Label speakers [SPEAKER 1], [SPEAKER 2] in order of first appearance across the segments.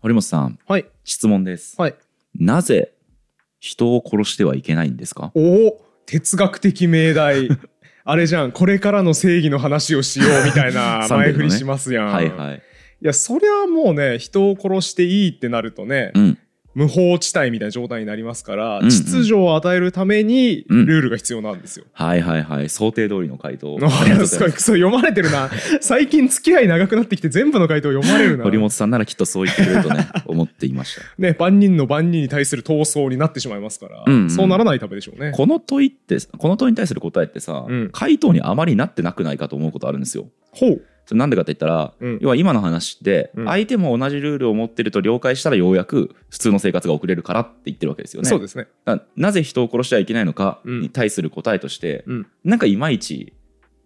[SPEAKER 1] 堀本さん、
[SPEAKER 2] はい。
[SPEAKER 1] 質問です。
[SPEAKER 2] はい。
[SPEAKER 1] なぜ人を殺してはいけないんですか
[SPEAKER 2] おお哲学的 命題。あれじゃん、これからの正義の話をしようみた いな
[SPEAKER 1] サンデーのね
[SPEAKER 2] 前振りしますやん。
[SPEAKER 1] はいはい。
[SPEAKER 2] いや、そりゃもうね、人を殺していいってなるとね、
[SPEAKER 1] うん。
[SPEAKER 2] 無法地帯みたいな状態になりますから、
[SPEAKER 1] うんうん
[SPEAKER 2] 秩序を与えるために
[SPEAKER 1] うん
[SPEAKER 2] ルールが必要なんですよ。
[SPEAKER 1] はいはいはい。想定通りの回答。
[SPEAKER 2] あ
[SPEAKER 1] ありがとうご
[SPEAKER 2] す
[SPEAKER 1] ざ
[SPEAKER 2] ご
[SPEAKER 1] い
[SPEAKER 2] い、
[SPEAKER 1] ます。
[SPEAKER 2] そう読まれて るな。最近付き合い長くなってきて全部の回答読まれるな。
[SPEAKER 1] 堀本さんならきっとそう言ってくれると ね、思っていました。
[SPEAKER 2] ね、万人の万人に対する闘争になってしまいますから、
[SPEAKER 1] うんうん
[SPEAKER 2] そうならないためでしょうね。
[SPEAKER 1] この問いって、この問いに対する答えってさ、
[SPEAKER 2] うん
[SPEAKER 1] 回答にあまりなってなくないかと思うことあるんですよ。
[SPEAKER 2] ほう。
[SPEAKER 1] それなんでかって言ったら、
[SPEAKER 2] うん
[SPEAKER 1] 要は今の話って、
[SPEAKER 2] うん
[SPEAKER 1] 相手も同じルールを持ってると了解したらようやく普通の生活が送れるからって言ってるわけですよね。
[SPEAKER 2] そうですね。
[SPEAKER 1] ななぜ人を殺してはいけないのか
[SPEAKER 2] うん
[SPEAKER 1] に対する答えとして、
[SPEAKER 2] うん
[SPEAKER 1] なんかいまいち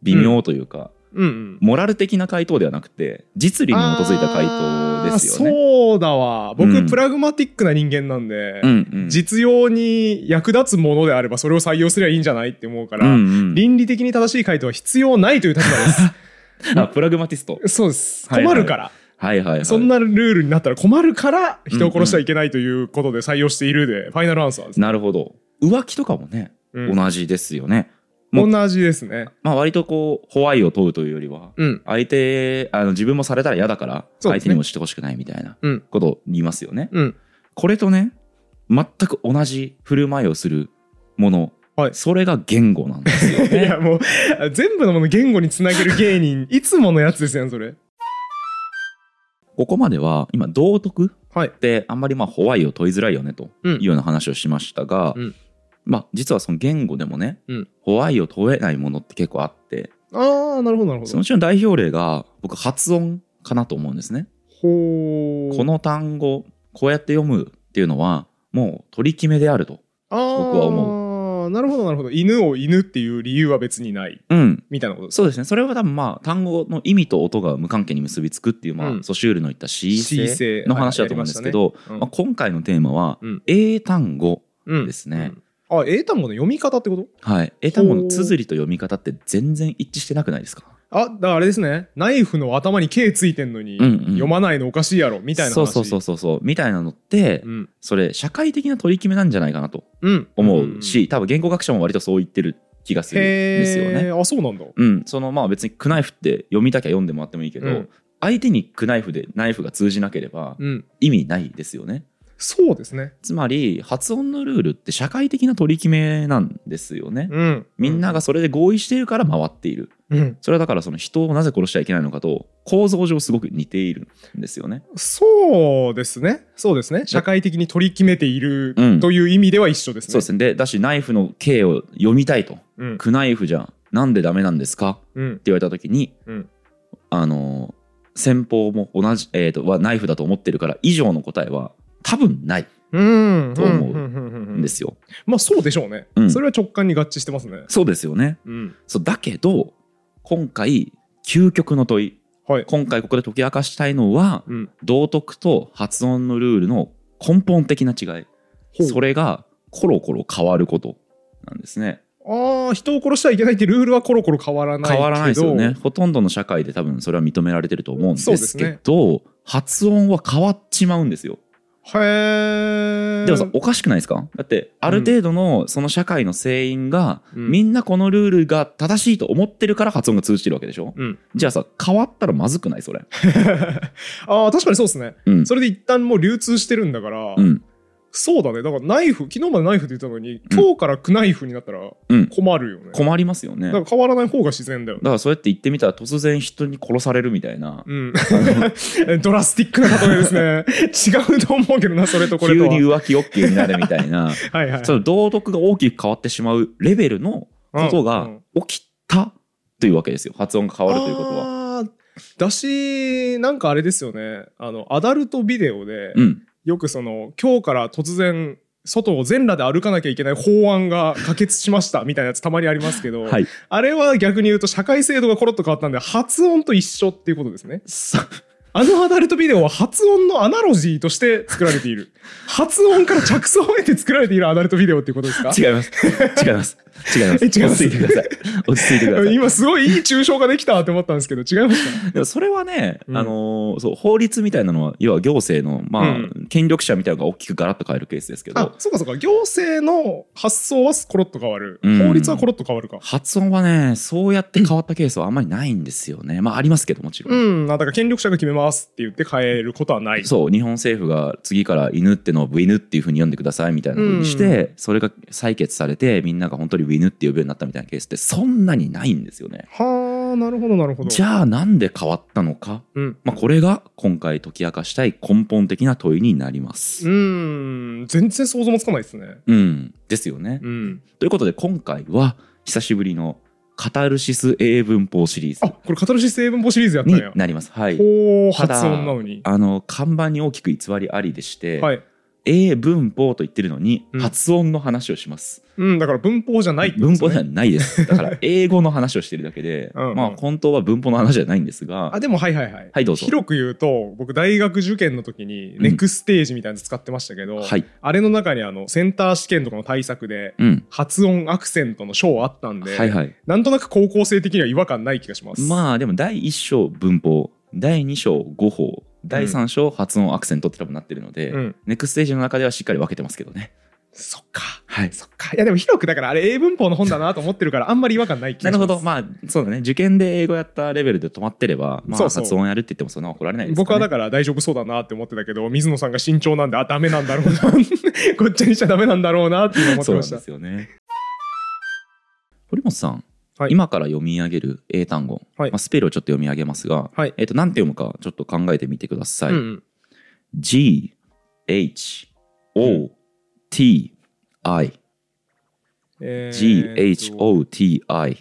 [SPEAKER 1] 微妙というか、
[SPEAKER 2] うん、うん。
[SPEAKER 1] モラル的な回答ではなくて実利に基づいた回答ですよね。
[SPEAKER 2] あーそうだわ。僕、
[SPEAKER 1] うん
[SPEAKER 2] プラグマティックな人間なんで、
[SPEAKER 1] うんうん
[SPEAKER 2] 実用に役立つものであればそれを採用すればいいんじゃないって思うから、
[SPEAKER 1] うんうん
[SPEAKER 2] 倫理的に正しい回答は必要ないという立場
[SPEAKER 1] あプラグマティスト
[SPEAKER 2] で。す。そうです。
[SPEAKER 1] はい
[SPEAKER 2] 困
[SPEAKER 1] はい
[SPEAKER 2] るから、
[SPEAKER 1] はいはいはい。
[SPEAKER 2] そんなルールになったら困るから、人を殺してはいけないということで採用しているで、ファイナルアンサーです。
[SPEAKER 1] なるほど。浮気とかもね、
[SPEAKER 2] うん
[SPEAKER 1] 同じですよね。もう
[SPEAKER 2] 同じですね。
[SPEAKER 1] まあ割とこう、ホワイを問うというよりは、
[SPEAKER 2] うん。
[SPEAKER 1] 相手、あの自分もされたら嫌だから、
[SPEAKER 2] そう
[SPEAKER 1] 相
[SPEAKER 2] ですね
[SPEAKER 1] 手にもしてほしくないみたいな
[SPEAKER 2] うん
[SPEAKER 1] ことを言いますよね。
[SPEAKER 2] うん。
[SPEAKER 1] これとね、全く同じ振る舞いをするもの、
[SPEAKER 2] はい
[SPEAKER 1] それが言語なんですよ
[SPEAKER 2] い
[SPEAKER 1] ね。
[SPEAKER 2] や、もう、全部のもの言語につなげる芸人、いつものやつですやん、それ。
[SPEAKER 1] ここまでは、今、道徳
[SPEAKER 2] はい
[SPEAKER 1] っ。てあんまりまあホワイを問いづらいよねと
[SPEAKER 2] うん
[SPEAKER 1] いうような話をしましたが、
[SPEAKER 2] うん
[SPEAKER 1] まあ実はその言語でもね、
[SPEAKER 2] うん
[SPEAKER 1] ホワイを問えないものって結構あって、
[SPEAKER 2] ああ、なるほど、なるほ
[SPEAKER 1] そ
[SPEAKER 2] ど
[SPEAKER 1] のう。ちの代表例が僕発音かなと思うんですね。
[SPEAKER 2] ほー
[SPEAKER 1] この単語こうやって読むっていうのはもう取り決めであると。
[SPEAKER 2] あー
[SPEAKER 1] 僕は
[SPEAKER 2] なるほどなるほど犬を犬っていう理由は別にない
[SPEAKER 1] うん、
[SPEAKER 2] みたいなことです
[SPEAKER 1] そうですねそれは多分まあ単語の意味と音が無関係に結びつくっていう、まあ
[SPEAKER 2] うん
[SPEAKER 1] ソシュールの言った恣意
[SPEAKER 2] 恣意
[SPEAKER 1] 性
[SPEAKER 2] 性
[SPEAKER 1] の話だと思うんですけど、
[SPEAKER 2] はいやりましたねうん
[SPEAKER 1] まあ、今回のテーマは
[SPEAKER 2] うん
[SPEAKER 1] 英単語
[SPEAKER 2] うん
[SPEAKER 1] ですね。
[SPEAKER 2] うんあ英単語の読み方ってこと
[SPEAKER 1] はい、英単語の綴りと読み方って全然一致してなくないですか
[SPEAKER 2] あだからあれですねナイフの頭に K ついてんのに、
[SPEAKER 1] うんうん
[SPEAKER 2] 読まないのおかしいやろみたいな話
[SPEAKER 1] そうそうそうそうそうみたいなのって、
[SPEAKER 2] うん
[SPEAKER 1] それ社会的な取り決めなんじゃないかなと
[SPEAKER 2] うん
[SPEAKER 1] 思
[SPEAKER 2] ん
[SPEAKER 1] うし、多分言語学者も割とそう言ってる気がするんですよ
[SPEAKER 2] へ
[SPEAKER 1] ね。
[SPEAKER 2] ーあそうなんだ
[SPEAKER 1] うん、そのまあ別にクナイフって読みたきゃ読んでもらってもいいけど、
[SPEAKER 2] うん
[SPEAKER 1] 相手にクナイフでナイフが通じなければ
[SPEAKER 2] うん
[SPEAKER 1] 意味ないですよね。
[SPEAKER 2] そうですね
[SPEAKER 1] つまり発音のルールって社会的な取り決めなんですよね。
[SPEAKER 2] うん
[SPEAKER 1] みんながそれで合意しているから回っている。
[SPEAKER 2] うん
[SPEAKER 1] それはだからその人をなぜ殺しちゃいけないのかと構造上すごく似ているんですよね。
[SPEAKER 2] そうですねそうですね社会的に取り決めている
[SPEAKER 1] うん
[SPEAKER 2] という意味では一緒ですね
[SPEAKER 1] そうですね。で、だしナイフの刑を読みたいと。
[SPEAKER 2] うん
[SPEAKER 1] クナイフじゃなんでダメなんですか
[SPEAKER 2] うん
[SPEAKER 1] って言われた時に、
[SPEAKER 2] うん
[SPEAKER 1] あの先方も同じ、えー、とはナイフだと思ってるから以上の答えは多分ない
[SPEAKER 2] うん
[SPEAKER 1] と思うんんですよ、
[SPEAKER 2] まあそうでしょうね、
[SPEAKER 1] うん
[SPEAKER 2] それは直感に合致してますね。
[SPEAKER 1] そうですよね
[SPEAKER 2] うん、
[SPEAKER 1] そうだけど今回究極の問い
[SPEAKER 2] はい。
[SPEAKER 1] 今回ここで解き明かしたいのは
[SPEAKER 2] うん、
[SPEAKER 1] 道徳と発音のルールの根本的な違いそ
[SPEAKER 2] れ
[SPEAKER 1] れがコロコロ変わることなんですね
[SPEAKER 2] ああ人を殺してはいけないってルールはコロコロ変わらないけど
[SPEAKER 1] 変わらないですよね。ほとんどの社会で多分それは認められてると思うん
[SPEAKER 2] そう
[SPEAKER 1] で
[SPEAKER 2] ですす
[SPEAKER 1] け
[SPEAKER 2] ね
[SPEAKER 1] ど発音は変わっちまうんですよ
[SPEAKER 2] へえ。
[SPEAKER 1] でもさおかしくないですかだってある程度のその社会の成員が、
[SPEAKER 2] うん
[SPEAKER 1] みんなこのルールが正しいと思ってるから発音が通じてるわけでしょ、
[SPEAKER 2] うん、
[SPEAKER 1] じゃあさ変わったらまずくないそれ、
[SPEAKER 2] ああ確かにそうですね。
[SPEAKER 1] うん
[SPEAKER 2] それで一旦もう流通してるんだから、
[SPEAKER 1] うん
[SPEAKER 2] そうだね。だからナイフ昨日までナイフって言ってたのに今日からクナイフになったら
[SPEAKER 1] うん
[SPEAKER 2] 困るよね。
[SPEAKER 1] 困りますよね
[SPEAKER 2] だか
[SPEAKER 1] だ
[SPEAKER 2] ら変わらない方が自然だよね。
[SPEAKER 1] からそうやって言ってみたら突然人に殺されるみたいな、
[SPEAKER 2] うん、 ドラスティックな例えですね。 違うと思うけどな、それとこれ
[SPEAKER 1] 急
[SPEAKER 2] とは。
[SPEAKER 1] に浮気 OK になるみたい な
[SPEAKER 2] はいはい。
[SPEAKER 1] その道徳が大きく変わってしまうレベルのことが起きたというわけですよ発音が変わるということは。
[SPEAKER 2] あーだしなんかあれですよねあのアダルトビデオで、
[SPEAKER 1] うん、
[SPEAKER 2] よくその今日から突然外を全裸で歩かなきゃいけない法案が可決しましたみたいなやつたまにありますけど、
[SPEAKER 1] はい
[SPEAKER 2] あれは逆に言うと社会制度がコロッと変わったんで発音と一緒っていうことですね
[SPEAKER 1] さ
[SPEAKER 2] あのアダルトビデオは発音のアナロジーとして作 られている発音から着想を得て作られているアダルトビデオっていうことですか
[SPEAKER 1] 違います違います違います。
[SPEAKER 2] え違います
[SPEAKER 1] 落ち着いてください。落ち着いてください。
[SPEAKER 2] 今すごいいい抽象ができたって思ったんですけど違いました
[SPEAKER 1] でもそれはね、
[SPEAKER 2] うん
[SPEAKER 1] あのーそう法律みたいなのは要は行政の、まあ
[SPEAKER 2] うん
[SPEAKER 1] 権力者みたいなのが大きくガラッと変えるケースですけ
[SPEAKER 2] あ
[SPEAKER 1] ど
[SPEAKER 2] そうかそうか行政の発想はコロッと変わる、
[SPEAKER 1] うん
[SPEAKER 2] 法律はコロッと変わるか
[SPEAKER 1] 発音はねそうやって変わったケースはあんまりないんですよねまあありますけどもちろん、
[SPEAKER 2] うんあだから権力者が決めますって言って変えることはない
[SPEAKER 1] そう日本政府が次から犬ってのを V ヌっていうふうに読んでくださいみたいなふうにして、それが採決されてみんなが本当に V ヌって呼ぶようになったみたいなケースってそんなにないんですよね
[SPEAKER 2] はあなるほどなるほど
[SPEAKER 1] じゃあなんで変わったのか、
[SPEAKER 2] うん
[SPEAKER 1] まあ、これが今回解き明かしたい根本的な問いになります
[SPEAKER 2] う、ん全然想像もつかないですね
[SPEAKER 1] うん、ですよね、
[SPEAKER 2] うん
[SPEAKER 1] ということで今回は久しぶりのカタルシス英文法シリー
[SPEAKER 2] あ
[SPEAKER 1] ズ
[SPEAKER 2] これカタルシス英文法シリーズやったん
[SPEAKER 1] に
[SPEAKER 2] や
[SPEAKER 1] なります。はい。
[SPEAKER 2] ほう
[SPEAKER 1] ただ
[SPEAKER 2] 発音なのに
[SPEAKER 1] あの看板に大きく偽りありでして、
[SPEAKER 2] はい
[SPEAKER 1] 英文法と言ってるのに
[SPEAKER 2] うん
[SPEAKER 1] 発音の話をします。
[SPEAKER 2] うんだから文法じゃないってこと
[SPEAKER 1] 文
[SPEAKER 2] ですね
[SPEAKER 1] 法ではない です。だから英語の話をしてるだけで、
[SPEAKER 2] うんうん
[SPEAKER 1] まあ本当は文法の話じゃないんです
[SPEAKER 2] あ
[SPEAKER 1] が、
[SPEAKER 2] でもはいはいはい、
[SPEAKER 1] はいどうぞ。
[SPEAKER 2] 広く言うと僕大学受験の時に
[SPEAKER 1] うん
[SPEAKER 2] ネクステージみたいなの使ってましたけど、
[SPEAKER 1] はい。
[SPEAKER 2] あれの中にあのセンター試験とかの対策で
[SPEAKER 1] うん。
[SPEAKER 2] 発音アクセントの章あったんで、
[SPEAKER 1] はいはい。
[SPEAKER 2] なんとなく高校生的には違和感ない気がしますあ
[SPEAKER 1] まあでも第1章文法、第2章語法、第3章発音アクセントって多分なってるので、
[SPEAKER 2] うん
[SPEAKER 1] ネクステージの中ではしっかり分けてますけどね。
[SPEAKER 2] そっか
[SPEAKER 1] はい。
[SPEAKER 2] そっかいやでも広くだからあれ英文法の本だなと思ってるからあんまり違和感ない気
[SPEAKER 1] な
[SPEAKER 2] が
[SPEAKER 1] る
[SPEAKER 2] しま
[SPEAKER 1] ほ
[SPEAKER 2] す
[SPEAKER 1] ど、まあそうだね、受験で英語やったレベルで止まってれば、まあ、
[SPEAKER 2] そうそう
[SPEAKER 1] 発音やるって言ってもそんな怒られないですか、ね、
[SPEAKER 2] 僕はだから大丈夫そうだなって思ってたけど水野さんが慎重なんであダメなんだろうなごっちゃにしちゃダメなんだろうなって今思って
[SPEAKER 1] そうな
[SPEAKER 2] ま
[SPEAKER 1] ん
[SPEAKER 2] し
[SPEAKER 1] で
[SPEAKER 2] た
[SPEAKER 1] すよね。堀本さん、
[SPEAKER 2] はい
[SPEAKER 1] 今から読み上げる英単語、
[SPEAKER 2] はい
[SPEAKER 1] まあ、スペルをちょっと読み上げますが、
[SPEAKER 2] はい
[SPEAKER 1] えっと何て読むかちょっと考えてみてください。
[SPEAKER 2] うんうん
[SPEAKER 1] G H O T I
[SPEAKER 2] えー
[SPEAKER 1] G H O T I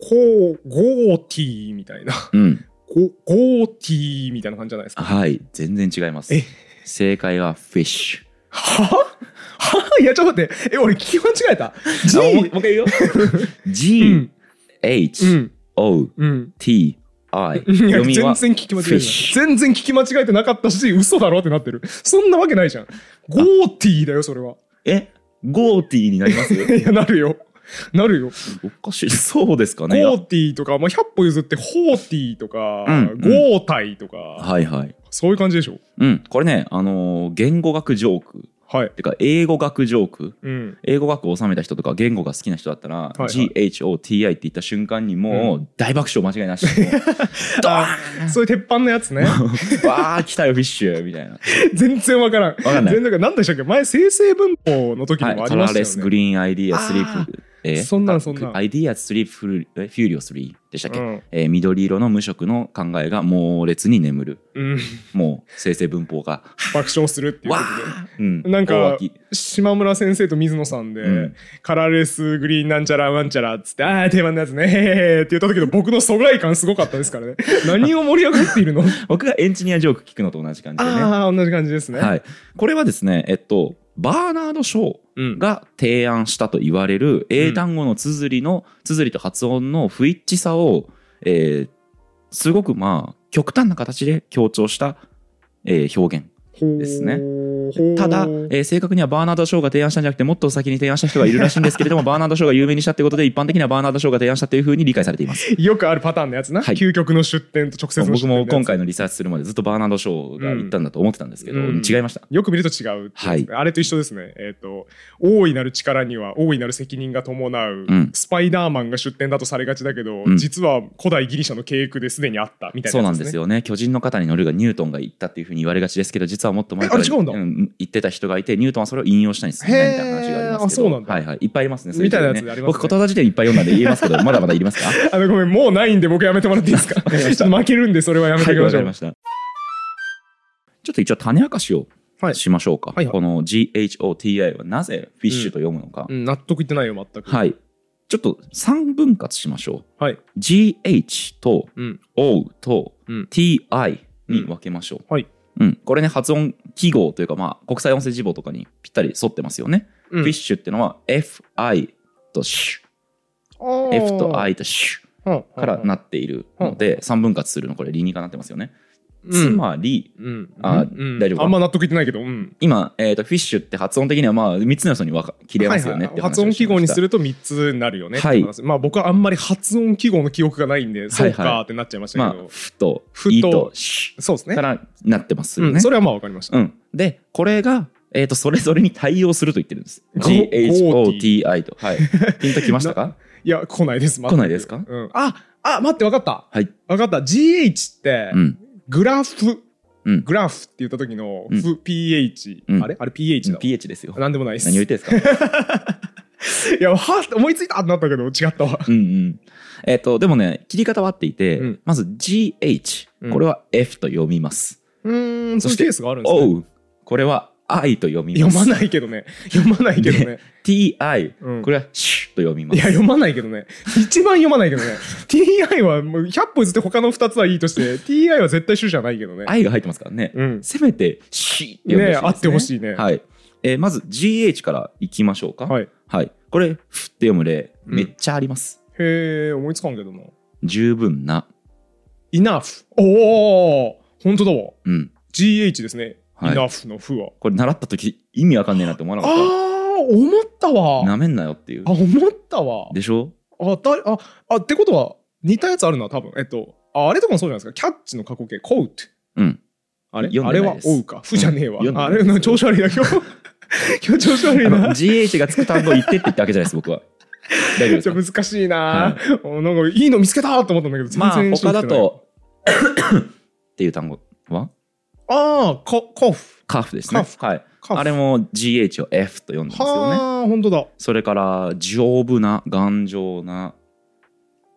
[SPEAKER 2] こうゴーティーみたいな
[SPEAKER 1] うん
[SPEAKER 2] ゴゴーティーみたいな感じじゃないですか。
[SPEAKER 1] はい全然違います
[SPEAKER 2] え。
[SPEAKER 1] 正解は fish。
[SPEAKER 2] ははいやちょっと待ってえ俺聞き間違えた。G
[SPEAKER 1] あもうもう一回言うよ。
[SPEAKER 2] う
[SPEAKER 1] G
[SPEAKER 2] ん
[SPEAKER 1] H O
[SPEAKER 2] うん
[SPEAKER 1] T I
[SPEAKER 2] うん。い
[SPEAKER 1] 読
[SPEAKER 2] や全
[SPEAKER 1] み
[SPEAKER 2] 然
[SPEAKER 1] は
[SPEAKER 2] 聞き間違えてない
[SPEAKER 1] fish
[SPEAKER 2] 全然聞き間違えてなかったし嘘だろってなってるそんなわけないじゃんゴーティーだよそれは
[SPEAKER 1] えゴーティーになります
[SPEAKER 2] いやなるよなるよ
[SPEAKER 1] おかしいそうですかねいや
[SPEAKER 2] ゴーティーとか、まあ、100歩譲ってホーティーとか、
[SPEAKER 1] うんうん
[SPEAKER 2] ゴータイとか
[SPEAKER 1] はいはい
[SPEAKER 2] そういう感じでしょ
[SPEAKER 1] うんこれねあのー言語学ジョーク
[SPEAKER 2] はい
[SPEAKER 1] てか英語学ジョーク
[SPEAKER 2] うん
[SPEAKER 1] 英語学を収めた人とか言語が好きな人だったら、
[SPEAKER 2] いはい
[SPEAKER 1] GHOTI って言った瞬間にもう大爆笑間違いな し、もうド
[SPEAKER 2] あそういう鉄板のやつね
[SPEAKER 1] ーンわー来たよフィッシュみたいな
[SPEAKER 2] 全然わからん
[SPEAKER 1] かんない
[SPEAKER 2] 全然わからん何でしたっけ前生成文法の時に
[SPEAKER 1] はい
[SPEAKER 2] もあ
[SPEAKER 1] カ
[SPEAKER 2] り
[SPEAKER 1] ラ
[SPEAKER 2] ま
[SPEAKER 1] ー
[SPEAKER 2] した
[SPEAKER 1] レス
[SPEAKER 2] よ
[SPEAKER 1] グ
[SPEAKER 2] ね、
[SPEAKER 1] リーンアイディアスリープえ
[SPEAKER 2] そんなんそんなん
[SPEAKER 1] アイディアスリープフルえフューリオス3でしたっけ、
[SPEAKER 2] うん
[SPEAKER 1] えー緑色の無色の考えが猛烈に眠る
[SPEAKER 2] うん、
[SPEAKER 1] もう生成文法が
[SPEAKER 2] 爆笑するっていうこ
[SPEAKER 1] わ
[SPEAKER 2] とで
[SPEAKER 1] あ、うん
[SPEAKER 2] なん
[SPEAKER 1] 大
[SPEAKER 2] か
[SPEAKER 1] 脇
[SPEAKER 2] 島村先生と水野さんで、
[SPEAKER 1] うん
[SPEAKER 2] カラーレスグリーンなんちゃらなんちゃらっつってああ定番のやつねへーへーへーって言った時の僕の疎外感すごかったで すからね何を盛り上がっているの、
[SPEAKER 1] 僕がエンジニアジョーク聞くのと同じ感じでね、
[SPEAKER 2] ああ同じ感じですね、
[SPEAKER 1] はい、これはですねえっとバーナード・ショ
[SPEAKER 2] うん
[SPEAKER 1] ーが提案したと言われる英単語の綴りの綴りと発音の不一致さを、えーすごくまあ極端な形で強調した、えー表現ですね
[SPEAKER 2] ね
[SPEAKER 1] ただ、えー正確にはバーナード・ショーが提案したんじゃなくてもっと先に提案した人がいるらしいんですけれどもバーナード・ショーが有名にしたってことで一般的にはバーナード・ショーが提案したというふうに理解されています
[SPEAKER 2] よくあるパターンのやつな、
[SPEAKER 1] はい
[SPEAKER 2] 究極の出店と直接の出
[SPEAKER 1] 僕
[SPEAKER 2] 店のや
[SPEAKER 1] も
[SPEAKER 2] つ
[SPEAKER 1] 今回のリサーチするまでずっとバーナード・ショーが言ったんだと思ってたんですけど、
[SPEAKER 2] うん
[SPEAKER 1] 違いました
[SPEAKER 2] よく見ると違うってやつね、あれと一緒ですねえっ、と大いなる力には大いなる責任が伴う、
[SPEAKER 1] うん
[SPEAKER 2] スパイダーマンが出店だとされがちだけど、
[SPEAKER 1] うん
[SPEAKER 2] 実は古代ギリシャの契約ですでにあったみたい
[SPEAKER 1] そうな
[SPEAKER 2] なや
[SPEAKER 1] ん
[SPEAKER 2] つ
[SPEAKER 1] で
[SPEAKER 2] ですすね
[SPEAKER 1] よね巨人の肩に乗るがニュートンが言ったっていうふうに言われがちですけど実はもっと前から
[SPEAKER 2] えあれ違うんだ
[SPEAKER 1] 言ってた人がいてニュートンはそれを引用したにすぎないみたいな話がありますけど
[SPEAKER 2] へーあそうなんだ
[SPEAKER 1] はいはい、いっぱいありますね
[SPEAKER 2] みたいなやつ
[SPEAKER 1] そううの
[SPEAKER 2] でありますね
[SPEAKER 1] 僕言葉辞典いっぱい読んだんで言え ますけどまだまだいりますか
[SPEAKER 2] あのごめんもうないんで僕やめてもらっていいですか
[SPEAKER 1] かりました
[SPEAKER 2] ちょっと 負けるんでそれはやめ
[SPEAKER 1] は
[SPEAKER 2] てお
[SPEAKER 1] い
[SPEAKER 2] きま
[SPEAKER 1] わ
[SPEAKER 2] し
[SPEAKER 1] か
[SPEAKER 2] ょう、
[SPEAKER 1] りましたちょっと一応種明かしを
[SPEAKER 2] はい
[SPEAKER 1] しましょうか、
[SPEAKER 2] はいはい
[SPEAKER 1] この GHOTI はなぜフィッシュと読むのか、
[SPEAKER 2] うん納得いってないよ全く
[SPEAKER 1] はいちょっと3分割しましょ
[SPEAKER 2] はいう
[SPEAKER 1] GH と
[SPEAKER 2] うん
[SPEAKER 1] O と
[SPEAKER 2] うん
[SPEAKER 1] TI に分けましょう、
[SPEAKER 2] はい
[SPEAKER 1] うん、これね発音記号というか、まあ、国際音声字母とかにぴったり沿ってますよね、
[SPEAKER 2] うん
[SPEAKER 1] フィッシュっていうのは FI とシ
[SPEAKER 2] あー
[SPEAKER 1] ュ F と I とシ
[SPEAKER 2] うん
[SPEAKER 1] ュからなっているので3分割するのこれ理にかなってますよねつまり、
[SPEAKER 2] うん。
[SPEAKER 1] あ
[SPEAKER 2] うん
[SPEAKER 1] 大丈夫か
[SPEAKER 2] あんま納得いってないけど、うん。
[SPEAKER 1] 今、えー、とフィッシュって発音的にはまあ3つの要素に分か切れますよねっ
[SPEAKER 2] はい
[SPEAKER 1] て
[SPEAKER 2] は
[SPEAKER 1] 話
[SPEAKER 2] い発
[SPEAKER 1] をしま
[SPEAKER 2] 音
[SPEAKER 1] した
[SPEAKER 2] 記号にすると3つになるよねって
[SPEAKER 1] はい
[SPEAKER 2] 話まあ僕はあんまり発音記号の記憶がないんで、そう
[SPEAKER 1] はいは
[SPEAKER 2] か
[SPEAKER 1] い
[SPEAKER 2] ってなっちゃいました
[SPEAKER 1] ま
[SPEAKER 2] け
[SPEAKER 1] あ
[SPEAKER 2] ど、
[SPEAKER 1] ふと
[SPEAKER 2] ふと
[SPEAKER 1] いとし
[SPEAKER 2] そうですね
[SPEAKER 1] か。らなってますよ
[SPEAKER 2] う
[SPEAKER 1] ね
[SPEAKER 2] ん、それはまあわかりました。
[SPEAKER 1] うん、でこれが、えー、とそれぞれに対応すると言ってるんです
[SPEAKER 2] ご
[SPEAKER 1] GHOTI とはい ピンときましたか
[SPEAKER 2] いや、来ないです。全く
[SPEAKER 1] 来ないですか
[SPEAKER 2] うん。あ、あ、待って、わかった。
[SPEAKER 1] はい。
[SPEAKER 2] わかった。GH って
[SPEAKER 1] う、ん
[SPEAKER 2] グラフ、
[SPEAKER 1] うん
[SPEAKER 2] グラフって言った時の、
[SPEAKER 1] うん
[SPEAKER 2] ふ PH、
[SPEAKER 1] うん
[SPEAKER 2] あれあれ PH だわ。
[SPEAKER 1] PH ですよ
[SPEAKER 2] なんでもないです。
[SPEAKER 1] 何を言ってんです か
[SPEAKER 2] いや、はっ思いついたってなったけど、違ったわ。
[SPEAKER 1] うんうんえっ、とでもね切り方は合っていて、
[SPEAKER 2] うん
[SPEAKER 1] まず GH
[SPEAKER 2] うん
[SPEAKER 1] これは F と読みます、
[SPEAKER 2] うーん、そういうケースがあるんですね。
[SPEAKER 1] O これは I と読みま
[SPEAKER 2] 読
[SPEAKER 1] す
[SPEAKER 2] まないけどね。読まないけどね。
[SPEAKER 1] TI
[SPEAKER 2] うん
[SPEAKER 1] これはシュッと読みま
[SPEAKER 2] い
[SPEAKER 1] す
[SPEAKER 2] や、読まないけどね。一番読まないけどね。TI はもう100歩譲って他の2つはいいとして、TI は絶対主じゃないけどね。
[SPEAKER 1] I が入ってますからね、
[SPEAKER 2] うん。
[SPEAKER 1] せめてシーって読んでほしいです、ね、
[SPEAKER 2] ねえあってほしい
[SPEAKER 1] はい、
[SPEAKER 2] ね
[SPEAKER 1] えーまず GH からいきましょうか
[SPEAKER 2] はい。
[SPEAKER 1] はい。これ、ふって読む例、
[SPEAKER 2] うん
[SPEAKER 1] めっちゃあります。
[SPEAKER 2] へえ、思いつかんけどな。
[SPEAKER 1] 十分な。
[SPEAKER 2] enough。おお本当だわ。
[SPEAKER 1] うん。
[SPEAKER 2] GH ですね。
[SPEAKER 1] はい
[SPEAKER 2] enough の負は。
[SPEAKER 1] これ、習った時意味わかんねえなって思わなか
[SPEAKER 2] あ
[SPEAKER 1] っ
[SPEAKER 2] あ、思った
[SPEAKER 1] た。
[SPEAKER 2] わ。
[SPEAKER 1] なめんなよっていう
[SPEAKER 2] あ、。思ったわ。
[SPEAKER 1] でしょ
[SPEAKER 2] あ、だあ、あ、ってことは、似たやつあるな、多分。えっと、ああれとかもそうじゃないですか。キャッチの過去形、コート。
[SPEAKER 1] うん。
[SPEAKER 2] あれ
[SPEAKER 1] 読ん
[SPEAKER 2] あ
[SPEAKER 1] で
[SPEAKER 2] れ
[SPEAKER 1] ない
[SPEAKER 2] は
[SPEAKER 1] で、す
[SPEAKER 2] おうか。負じゃねえわ。
[SPEAKER 1] うん
[SPEAKER 2] あ
[SPEAKER 1] 読んでない
[SPEAKER 2] れ、
[SPEAKER 1] です
[SPEAKER 2] なんか調子悪い な、今日。今日調子悪
[SPEAKER 1] あ
[SPEAKER 2] い
[SPEAKER 1] の
[SPEAKER 2] な。
[SPEAKER 1] GH がつく単語言ってって言ったわけじゃないです、僕は。大丈夫で
[SPEAKER 2] ち
[SPEAKER 1] す
[SPEAKER 2] ょ
[SPEAKER 1] か
[SPEAKER 2] 難しいな、おなんかいいの見つけたと思ったんだけど、全然
[SPEAKER 1] まあ、
[SPEAKER 2] しな
[SPEAKER 1] 他
[SPEAKER 2] く
[SPEAKER 1] だ
[SPEAKER 2] てない。
[SPEAKER 1] と、っていう単語は
[SPEAKER 2] ああ、ココフ。
[SPEAKER 1] カフですね
[SPEAKER 2] カ。
[SPEAKER 1] はい。
[SPEAKER 2] カフ
[SPEAKER 1] あれも GH を F と読んでますよね。
[SPEAKER 2] はあ、本当だ。
[SPEAKER 1] それから、丈夫な、頑丈な、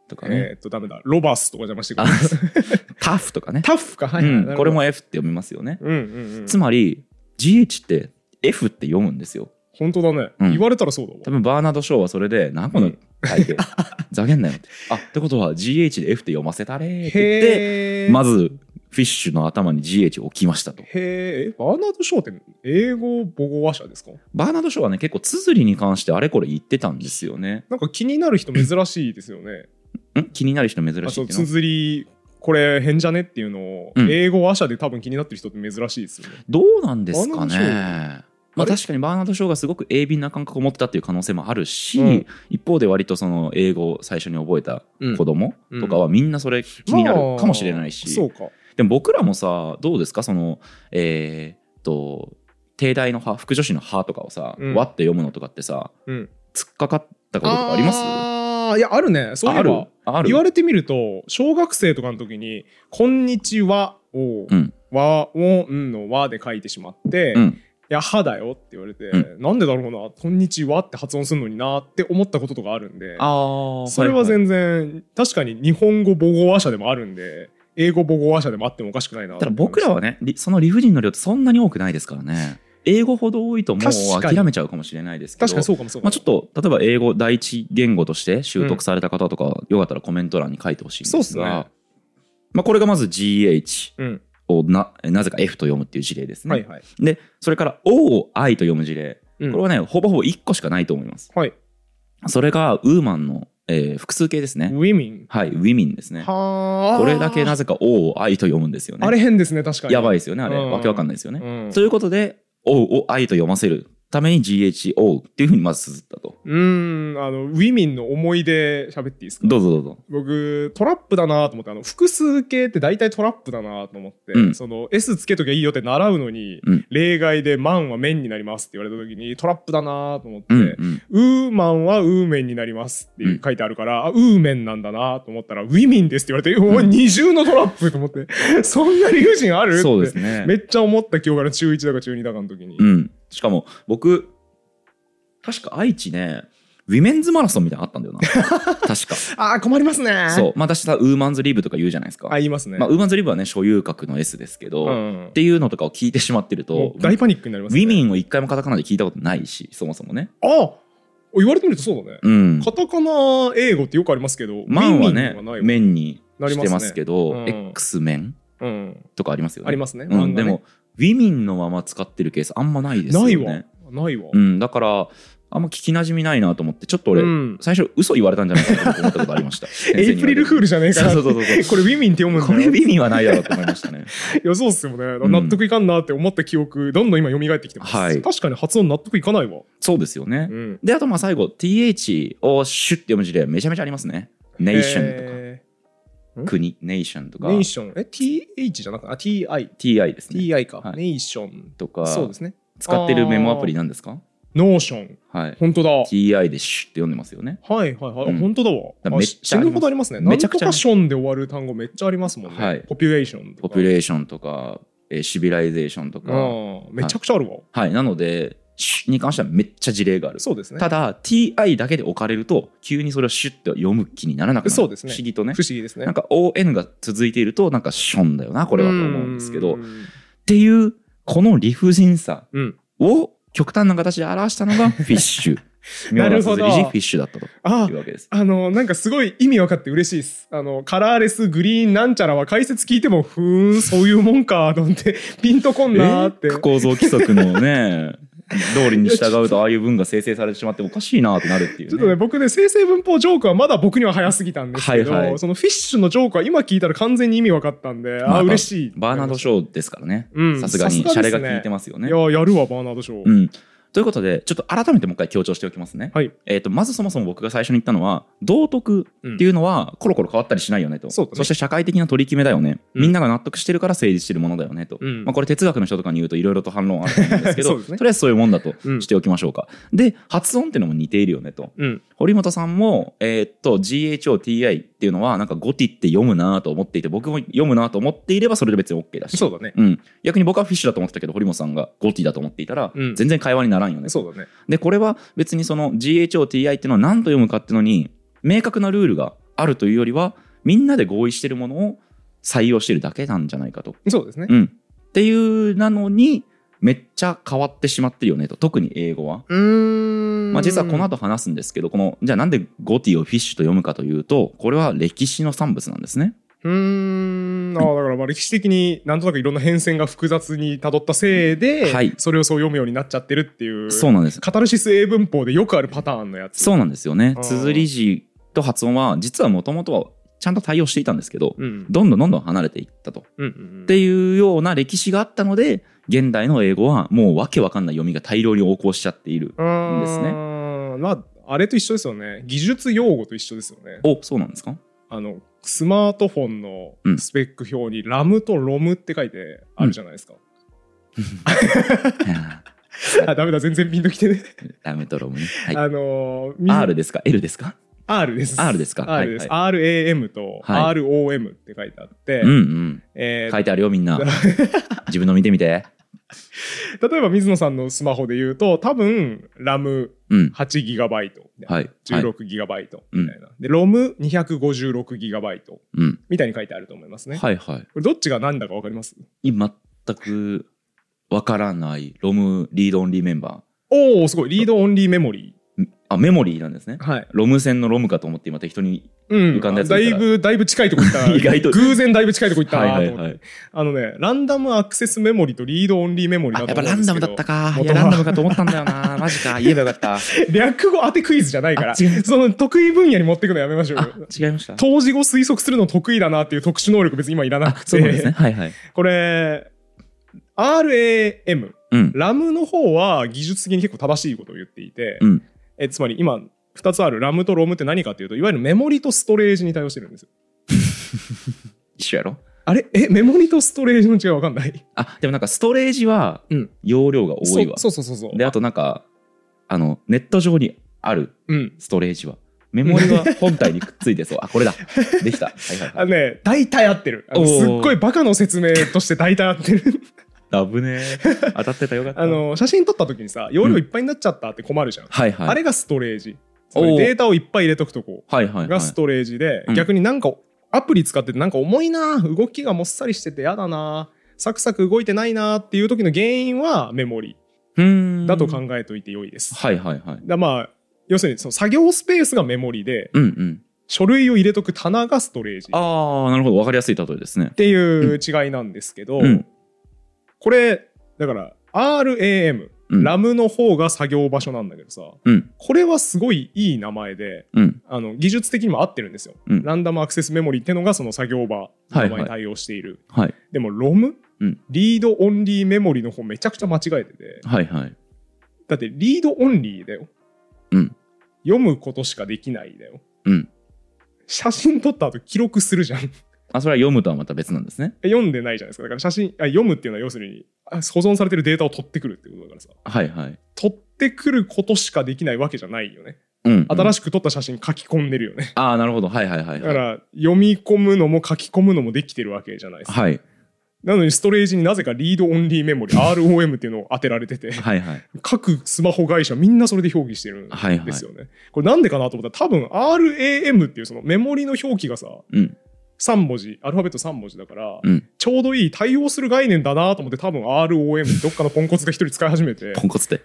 [SPEAKER 1] とかね。
[SPEAKER 2] えーっと、ダメだ。ロバスとか邪魔してく
[SPEAKER 1] あ
[SPEAKER 2] る。
[SPEAKER 1] タフとかね。
[SPEAKER 2] タフか。はい、はい
[SPEAKER 1] うん。これ。
[SPEAKER 2] なる
[SPEAKER 1] も F って読みますよね。
[SPEAKER 2] ほどうんうんうん。
[SPEAKER 1] つまり GH って F って読むんですよ
[SPEAKER 2] 本当だね、
[SPEAKER 1] うん
[SPEAKER 2] 言われたらそうだわ
[SPEAKER 1] 多。分バーナード・ショーはそれで何この体型 ざけんなよってあってことは GH で F って読ませたれーって言って
[SPEAKER 2] へえ。
[SPEAKER 1] まずフィッシュの頭に GH を置きましたと
[SPEAKER 2] へえ、えバーナード・ショーって英語母語話者ですか
[SPEAKER 1] バーナード・ショーはね結構綴りに関してあれこれ言ってたんですよね
[SPEAKER 2] なんか気になる人珍しいで すよね。
[SPEAKER 1] ん気になる人珍
[SPEAKER 2] あ
[SPEAKER 1] しい
[SPEAKER 2] そ
[SPEAKER 1] っ
[SPEAKER 2] う、
[SPEAKER 1] ていうのは
[SPEAKER 2] 綴り、これ変じゃねっていうのを、
[SPEAKER 1] うん
[SPEAKER 2] 英語話者で多分気になってる人って珍しいですよね。
[SPEAKER 1] どうなんですか
[SPEAKER 2] バーナー
[SPEAKER 1] ねまあ
[SPEAKER 2] あれ
[SPEAKER 1] 確かにバーナード・ショーがすごく鋭敏な感覚を持ってたっていう可能性もあるし、
[SPEAKER 2] うん
[SPEAKER 1] 一方で割とその英語を最初に覚えた子供とかはみんなそれ気になるかもしれないし、
[SPEAKER 2] まあそうか。
[SPEAKER 1] でも僕らもさどうですかそのえーっと帝大の「派副助詞の「派」とかをさ「
[SPEAKER 2] うん
[SPEAKER 1] わ」って読むのとかってさ
[SPEAKER 2] うん。
[SPEAKER 1] 突っかかったこととかありますあ
[SPEAKER 2] あーいや、あるね。そういえ
[SPEAKER 1] る
[SPEAKER 2] ば。
[SPEAKER 1] ある
[SPEAKER 2] 言われてみると、小学生とかの時に、こんにちはを、
[SPEAKER 1] うん
[SPEAKER 2] わ、を、んのわで書いてしまって、
[SPEAKER 1] うん
[SPEAKER 2] いや、歯だよって言われて、
[SPEAKER 1] う
[SPEAKER 2] なんでだろうな、こんにちはって発音するのになって思ったこととかあるんで、
[SPEAKER 1] あー
[SPEAKER 2] それは全然、確かに日本語母語話者でもあるんで、英語母語話者でもあってもおかしくないな
[SPEAKER 1] ただ僕ら
[SPEAKER 2] は、
[SPEAKER 1] はねりその理不尽の量ってそんなに多くないですからね英語ほど多いともう
[SPEAKER 2] 確かに
[SPEAKER 1] 諦めちゃうかもしれないですけど
[SPEAKER 2] 確かにそうかもそうかも。
[SPEAKER 1] まあ、ちょっと例えば英語第一言語として習得された方とか、よかったらコメント欄に書いてほしいんです
[SPEAKER 2] そう
[SPEAKER 1] が
[SPEAKER 2] っすね
[SPEAKER 1] まあ、これがまず GH
[SPEAKER 2] うん。
[SPEAKER 1] をななぜか F と読むっていう事例ですね。
[SPEAKER 2] はいはい。
[SPEAKER 1] でそれから O を I と読む事例
[SPEAKER 2] うん
[SPEAKER 1] これはね、ほぼほぼ1個しかないと思います。
[SPEAKER 2] はい。
[SPEAKER 1] それがウーマンの、えー複数形です
[SPEAKER 2] ウ
[SPEAKER 1] ね。
[SPEAKER 2] ィミン。
[SPEAKER 1] はい、ウィミンですね。
[SPEAKER 2] はあ。
[SPEAKER 1] これだけなぜか O を I と読むんですよね。
[SPEAKER 2] あれ変ですね、確かに。
[SPEAKER 1] やば
[SPEAKER 2] い。
[SPEAKER 1] いですよね、あれ。
[SPEAKER 2] うん
[SPEAKER 1] わけわかんないですよね。
[SPEAKER 2] うん。
[SPEAKER 1] ということで、O を I と読ませるために GHO っていうふうにまず綴ったと。
[SPEAKER 2] うーん、あの、ウィミンの思い出喋っていいですか
[SPEAKER 1] どうぞどうぞ。
[SPEAKER 2] 僕、トラップだなと思って、あの、複数形って大体トラップだなと思って、
[SPEAKER 1] うん
[SPEAKER 2] その、S つけときゃいいよって習うのに、
[SPEAKER 1] うん
[SPEAKER 2] 例外で、マンは面になりますって言われたときに、トラップだなと思って、
[SPEAKER 1] うん、うん。
[SPEAKER 2] ウーマンはウーメンになりますっていう書いてあるから、あウーメンなんだなと思ったら、ウィミンですって言われて、お
[SPEAKER 1] うん
[SPEAKER 2] い二重のトラップと思って、 そんな理不尽ある
[SPEAKER 1] そうで
[SPEAKER 2] って
[SPEAKER 1] すね。
[SPEAKER 2] めっちゃ思った記憶がある中1だか中2だかの時に。
[SPEAKER 1] うん。しかも、僕、確か愛知ね、ウィメンズマラソンみたいなのあったんだよ な。確か。
[SPEAKER 2] ああ、困りますね。
[SPEAKER 1] そう。まあ、私さ、ウーマンズリブとか言うじゃないですか。
[SPEAKER 2] あ、言いますね。
[SPEAKER 1] まあ、ウーマンズリブはね、所有格の S ですけど、
[SPEAKER 2] う
[SPEAKER 1] っ
[SPEAKER 2] ん、
[SPEAKER 1] ていうのとかを聞いてしまってる
[SPEAKER 2] も
[SPEAKER 1] と、
[SPEAKER 2] う大パニックになります
[SPEAKER 1] ウ
[SPEAKER 2] ね。
[SPEAKER 1] ィミンを一回もカタカナで聞いたことないし、そもそもね。
[SPEAKER 2] あお言われてみるとそうだね。
[SPEAKER 1] うん。
[SPEAKER 2] カタカナ英語ってよくありますけど、
[SPEAKER 1] マンはね
[SPEAKER 2] ウィミンない、わ
[SPEAKER 1] 面に
[SPEAKER 2] なり
[SPEAKER 1] し
[SPEAKER 2] ますね
[SPEAKER 1] てますけど、
[SPEAKER 2] うん
[SPEAKER 1] X 面
[SPEAKER 2] うん、
[SPEAKER 1] とかありますよね。
[SPEAKER 2] ありますね。
[SPEAKER 1] う
[SPEAKER 2] 漫
[SPEAKER 1] ん、
[SPEAKER 2] 画
[SPEAKER 1] で
[SPEAKER 2] ね
[SPEAKER 1] も、ウィミンのまま使ってるケースあんまないですよ
[SPEAKER 2] な
[SPEAKER 1] ね。
[SPEAKER 2] いわ。ないわ
[SPEAKER 1] う。ん、だから、あんま聞きなじみないなと思って、ちょっと俺、
[SPEAKER 2] うん
[SPEAKER 1] 最初嘘言われたんじゃないかなと思ったことありました。
[SPEAKER 2] エイプリルフールじゃねえかな
[SPEAKER 1] そうそうそうそう
[SPEAKER 2] これウィミンって読むんだ
[SPEAKER 1] これ
[SPEAKER 2] よ
[SPEAKER 1] 意味はないだろうと思いましたね。
[SPEAKER 2] いやそうっすよね
[SPEAKER 1] ん
[SPEAKER 2] 納得いかんなって思った記憶どんどん今蘇ってきてます、
[SPEAKER 1] はい
[SPEAKER 2] 確かに発音納得いかないわ、
[SPEAKER 1] そうですよね。
[SPEAKER 2] うん、
[SPEAKER 1] で、あとまあ最後、th をシュッて読む字でめちゃめちゃありますね。ネーションとか、
[SPEAKER 2] え
[SPEAKER 1] 国、ネーションと
[SPEAKER 2] ー
[SPEAKER 1] か
[SPEAKER 2] ネ、ーションえ TH じゃなくてあ TI
[SPEAKER 1] ti ですね。
[SPEAKER 2] TI か、
[SPEAKER 1] はい
[SPEAKER 2] ネーション
[SPEAKER 1] とか、
[SPEAKER 2] そうですね
[SPEAKER 1] 使ってるメモアプリなんですか
[SPEAKER 2] ノーション
[SPEAKER 1] はい。
[SPEAKER 2] 本当だ
[SPEAKER 1] ti でシュッて読んでますよね。
[SPEAKER 2] はいはいはい、
[SPEAKER 1] うん
[SPEAKER 2] 本当だわ
[SPEAKER 1] だからめっ
[SPEAKER 2] あ
[SPEAKER 1] ちゃ
[SPEAKER 2] 死ぬほどありますね
[SPEAKER 1] めちゃくちゃあり
[SPEAKER 2] なん
[SPEAKER 1] ま
[SPEAKER 2] と
[SPEAKER 1] す
[SPEAKER 2] かションで終わる単語めっちゃありますもんね、
[SPEAKER 1] はい
[SPEAKER 2] ポピュレーションと
[SPEAKER 1] ポ
[SPEAKER 2] か
[SPEAKER 1] ピュレーションとか、えーシビライゼーションとか、
[SPEAKER 2] うんめちゃくちゃあるわ、
[SPEAKER 1] はい。なので、シュッに関してはめっちゃ事例がある。
[SPEAKER 2] そうですね
[SPEAKER 1] ただ TI だけで置かれると急にそれをシュッと読む気にならなくなる
[SPEAKER 2] そうですね
[SPEAKER 1] 不思議とね
[SPEAKER 2] 不思議ですね
[SPEAKER 1] なんか ON が続いているとなんかションだよなこれはと思うんですけど
[SPEAKER 2] う
[SPEAKER 1] っ
[SPEAKER 2] ん
[SPEAKER 1] ていうこの理不尽さ
[SPEAKER 2] うん
[SPEAKER 1] を極端な形で表したの がフィッシュ
[SPEAKER 2] なるほど
[SPEAKER 1] 妙な綴り字フィッシュだったと
[SPEAKER 2] あ
[SPEAKER 1] いうわけです
[SPEAKER 2] あのなんかすごい意味分かって嬉しいですあのカラーレスグリーンなんちゃらは解説聞いてもふーんそういうもんかと思って ピンとこんなーっ
[SPEAKER 1] え
[SPEAKER 2] て、
[SPEAKER 1] ー区構造規則の ね通りに従うとああいう文が生成されてしまっておかしいなってなるっていう、ね、
[SPEAKER 2] ちょっとね僕ね生成文法ジョークはまだ僕には早すぎたんですけど、
[SPEAKER 1] はいはい
[SPEAKER 2] そのフィッシュのジョークは今聞いたら完全に意味分かったんで、
[SPEAKER 1] ま
[SPEAKER 2] あ
[SPEAKER 1] あ
[SPEAKER 2] 嬉しい
[SPEAKER 1] バーナード・ショーですからね
[SPEAKER 2] うん
[SPEAKER 1] さすがに
[SPEAKER 2] さす
[SPEAKER 1] シャ
[SPEAKER 2] が
[SPEAKER 1] レ
[SPEAKER 2] ですね
[SPEAKER 1] が効いてますよね
[SPEAKER 2] いややるわバーナードショー、
[SPEAKER 1] うん。ということで、ちょっと改めてもう一回強調しておきますね。
[SPEAKER 2] はい
[SPEAKER 1] えっ、と、まずそもそも僕が最初に言ったのは、道徳っていうのはコロコロ変わったりしないよねと。
[SPEAKER 2] そうだね
[SPEAKER 1] して社会的な取り決めだよね。
[SPEAKER 2] うん
[SPEAKER 1] みんなが納得してるから成立してるものだよねと。
[SPEAKER 2] うん
[SPEAKER 1] まあこれ哲学の人とかに言うといろいろと反論あると思うんですけ
[SPEAKER 2] そ
[SPEAKER 1] ど、
[SPEAKER 2] うですね
[SPEAKER 1] とりあえずそういうもんだと
[SPEAKER 2] うん
[SPEAKER 1] しておきましょうか。で、発音っていうのも似ているよねと。
[SPEAKER 2] うん
[SPEAKER 1] 堀本さんも、えっと、GHOTI っていうのはなんかゴティって読むなと思っていて、僕も読むなと思っていればそれで別に OK だし。
[SPEAKER 2] そうだね
[SPEAKER 1] うん、逆に僕はフィッシュだと思ってたけど堀本さんがゴティだと思っていたら、
[SPEAKER 2] うん
[SPEAKER 1] 全然会話にならんよね
[SPEAKER 2] そうだね
[SPEAKER 1] でこれは別にその GHOTI っていうのは何と読むかっていうのに明確なルールがあるというよりはみんなで合意してるものを採用してるだけなんじゃないかと。
[SPEAKER 2] そうですね
[SPEAKER 1] うん、っていうなのにめっちゃ変わってしまってるよねと特に英語は。
[SPEAKER 2] うーん
[SPEAKER 1] まあ、実はこの
[SPEAKER 2] 後
[SPEAKER 1] 後話すんですけどこのじゃあなんでゴティをフィッシュと読むかというとこれは歴史の産物なんですね。
[SPEAKER 2] うーんあーだからまあ歴史的になんとなくいろんな変遷が複雑にたどったせいで、
[SPEAKER 1] はい
[SPEAKER 2] それをそう読むようになっちゃってるっていう
[SPEAKER 1] そうなんです
[SPEAKER 2] カタルシス英文法でよくあるパターンのやつ。
[SPEAKER 1] そうなんですよね
[SPEAKER 2] あ。ー
[SPEAKER 1] 綴り字と発音は実はもともとはちゃんと対応していたんですけど、
[SPEAKER 2] うん
[SPEAKER 1] どんどんどんどん離れていったと。
[SPEAKER 2] うんうん
[SPEAKER 1] っていうような歴史があったので、現代の英語はもうわけわかんない読みが大量に横行しちゃっている。
[SPEAKER 2] うん
[SPEAKER 1] ですね
[SPEAKER 2] うーんまああれと一緒ですよね技術用語と一緒ですよね
[SPEAKER 1] お、そうなんですか
[SPEAKER 2] あのスマートフォン
[SPEAKER 1] う
[SPEAKER 2] の
[SPEAKER 1] ん
[SPEAKER 2] スペック表にラムとロムって書いてあるじゃないですか、あダメだ全然ピンときてね、
[SPEAKER 1] ラメトロムね。はい。
[SPEAKER 2] あのーみ
[SPEAKER 1] R ですか ?L ですか
[SPEAKER 2] R です
[SPEAKER 1] R ですか
[SPEAKER 2] R です、
[SPEAKER 1] は
[SPEAKER 2] RAM と
[SPEAKER 1] はい
[SPEAKER 2] ROM って書いてあって、
[SPEAKER 1] うんうん。
[SPEAKER 2] えー
[SPEAKER 1] 書いてあるよ、みん な。自分の見てみて。
[SPEAKER 2] 例えば水野さんのスマホで言うと多分 RAM8GB
[SPEAKER 1] うん。はい。はい。
[SPEAKER 2] 16GB みたいな、で ROM256GB
[SPEAKER 1] うん。
[SPEAKER 2] みたいに書いてあると思いますね、
[SPEAKER 1] はいはい。
[SPEAKER 2] これどっちが何だか分かります
[SPEAKER 1] 今全くわからないロムリードオンリーメンバ
[SPEAKER 2] おおすごいリードオンリーメモリ
[SPEAKER 1] ー。あ、メモリーなんですね
[SPEAKER 2] ー。はい、
[SPEAKER 1] ロム線のロムかと思って今適当に
[SPEAKER 2] うん、
[SPEAKER 1] 浮かんだやつ
[SPEAKER 2] だ
[SPEAKER 1] 見た
[SPEAKER 2] い
[SPEAKER 1] ら
[SPEAKER 2] ぶだいぶ近いとこ行った
[SPEAKER 1] 意外と
[SPEAKER 2] 偶然だいぶ近いとこ行った
[SPEAKER 1] はい
[SPEAKER 2] なと
[SPEAKER 1] は
[SPEAKER 2] 思っ
[SPEAKER 1] い
[SPEAKER 2] て、
[SPEAKER 1] はい。
[SPEAKER 2] あのねランダムアクセスメモリとリードオンリーメモリ
[SPEAKER 1] あや
[SPEAKER 2] だと
[SPEAKER 1] っ
[SPEAKER 2] 思
[SPEAKER 1] ぱラ
[SPEAKER 2] うん
[SPEAKER 1] ン
[SPEAKER 2] です
[SPEAKER 1] ダム
[SPEAKER 2] け
[SPEAKER 1] だ
[SPEAKER 2] ど
[SPEAKER 1] ったか。いや、
[SPEAKER 2] 元は
[SPEAKER 1] ランダムかと思ったんだよな。マジ か。言えばよかった。
[SPEAKER 2] 略語当てクイズじゃないから
[SPEAKER 1] あ違う
[SPEAKER 2] その得意分野に持ってくのやめましょう
[SPEAKER 1] あ
[SPEAKER 2] よ、
[SPEAKER 1] 違いました。
[SPEAKER 2] 当時語推測するの得意だなっていう特殊能力別に今いらな
[SPEAKER 1] あ
[SPEAKER 2] く、て
[SPEAKER 1] そうなんですね。はいはい。
[SPEAKER 2] これ RAM
[SPEAKER 1] うん。
[SPEAKER 2] ラムの方は技術的に結構正しいことを言っていて、
[SPEAKER 1] うん
[SPEAKER 2] えつまり今2つあるラムとロムって何かというといわゆるメモリとストレージに対応してるんですよ
[SPEAKER 1] 一緒やろ
[SPEAKER 2] あれえメモリとストレージの違いわかんない
[SPEAKER 1] あ、でもなんかストレージは
[SPEAKER 2] うん
[SPEAKER 1] 容量が多いわ。
[SPEAKER 2] そうそうそうそうそう
[SPEAKER 1] で、あとなんか、あの、ネット上にある
[SPEAKER 2] うん
[SPEAKER 1] ストレージは。メモリは本体にくっついて そう。あ、これだ。できた。はいはいは
[SPEAKER 2] あ
[SPEAKER 1] い。
[SPEAKER 2] のね大体合ってるあの
[SPEAKER 1] おー
[SPEAKER 2] すっごいバカの説明として大体合っ てる
[SPEAKER 1] ダブね当たってたよかった。
[SPEAKER 2] あ、の写真撮った時にさ容量いっぱいになっちゃったって困るじゃん、
[SPEAKER 1] はいはい。
[SPEAKER 2] あれがストレージつまり
[SPEAKER 1] おー
[SPEAKER 2] データをいっぱい入れとくとこ
[SPEAKER 1] はいはいは
[SPEAKER 2] が
[SPEAKER 1] い。
[SPEAKER 2] ストレージで、
[SPEAKER 1] うん
[SPEAKER 2] 逆になんかアプリ使っててなんか重いな動きがもっさりしててやだなサクサク動いてないなっていう時の原因はメモリ
[SPEAKER 1] うーん。
[SPEAKER 2] だと考えといて良いです、
[SPEAKER 1] はいはいはい。
[SPEAKER 2] だまあ要するにその作業スペースがメモリで
[SPEAKER 1] うんうん。
[SPEAKER 2] 書類を入れとく棚がストレージっ
[SPEAKER 1] ああ、なるほど。わかりやすい例えですね。
[SPEAKER 2] ていう違いなんですけど、
[SPEAKER 1] うん。
[SPEAKER 2] これだから RAM
[SPEAKER 1] うん
[SPEAKER 2] ラムの方が作業場所なんだけどさ、
[SPEAKER 1] うん
[SPEAKER 2] これはすごいいい名前で、
[SPEAKER 1] うん
[SPEAKER 2] あの技術的にも合ってるんですよ、
[SPEAKER 1] うん
[SPEAKER 2] ランダムアクセスメモリーってのがその作業場の名前に対応している、
[SPEAKER 1] はい
[SPEAKER 2] でも ROM、
[SPEAKER 1] うん
[SPEAKER 2] リードオンリーメモリーの方めちゃくちゃ間違えてて
[SPEAKER 1] はいはい
[SPEAKER 2] だってリードオンリーだよ、
[SPEAKER 1] うん
[SPEAKER 2] 読むことしかできないだよ
[SPEAKER 1] うん
[SPEAKER 2] 写真撮った後記録するじゃん
[SPEAKER 1] あそれは読むとはまた別なんですね
[SPEAKER 2] 読んでないじゃないですかだから写真あ読むっていうのは要するにあ保存されてるデータを取ってくるってことだからさ
[SPEAKER 1] はいはい
[SPEAKER 2] 取ってくることしかできないわけじゃないよね
[SPEAKER 1] うん
[SPEAKER 2] 新
[SPEAKER 1] しい
[SPEAKER 2] しく撮った写真書き込んでるよね、
[SPEAKER 1] ああなるほどはいはいはい
[SPEAKER 2] だか
[SPEAKER 1] はい
[SPEAKER 2] ら読み込むのも書き込むのもできてるわけじゃないですか、
[SPEAKER 1] はい
[SPEAKER 2] なのにストレージになぜかリードオンリーメモリ ROM っていうのを当てられてて
[SPEAKER 1] はいはい
[SPEAKER 2] 各スマホ会社みんなそれで表記してるん
[SPEAKER 1] はいはい
[SPEAKER 2] ですよね、これなんでかなと思ったら多分 RAM っていうそのメモリの表記がさ
[SPEAKER 1] うん
[SPEAKER 2] 3文字アルファベット3文字だから、
[SPEAKER 1] うん
[SPEAKER 2] ちょうどいい対応する概念だなと思って多分 ROM どっかのポンコツが一人使い始めて
[SPEAKER 1] ポンコツって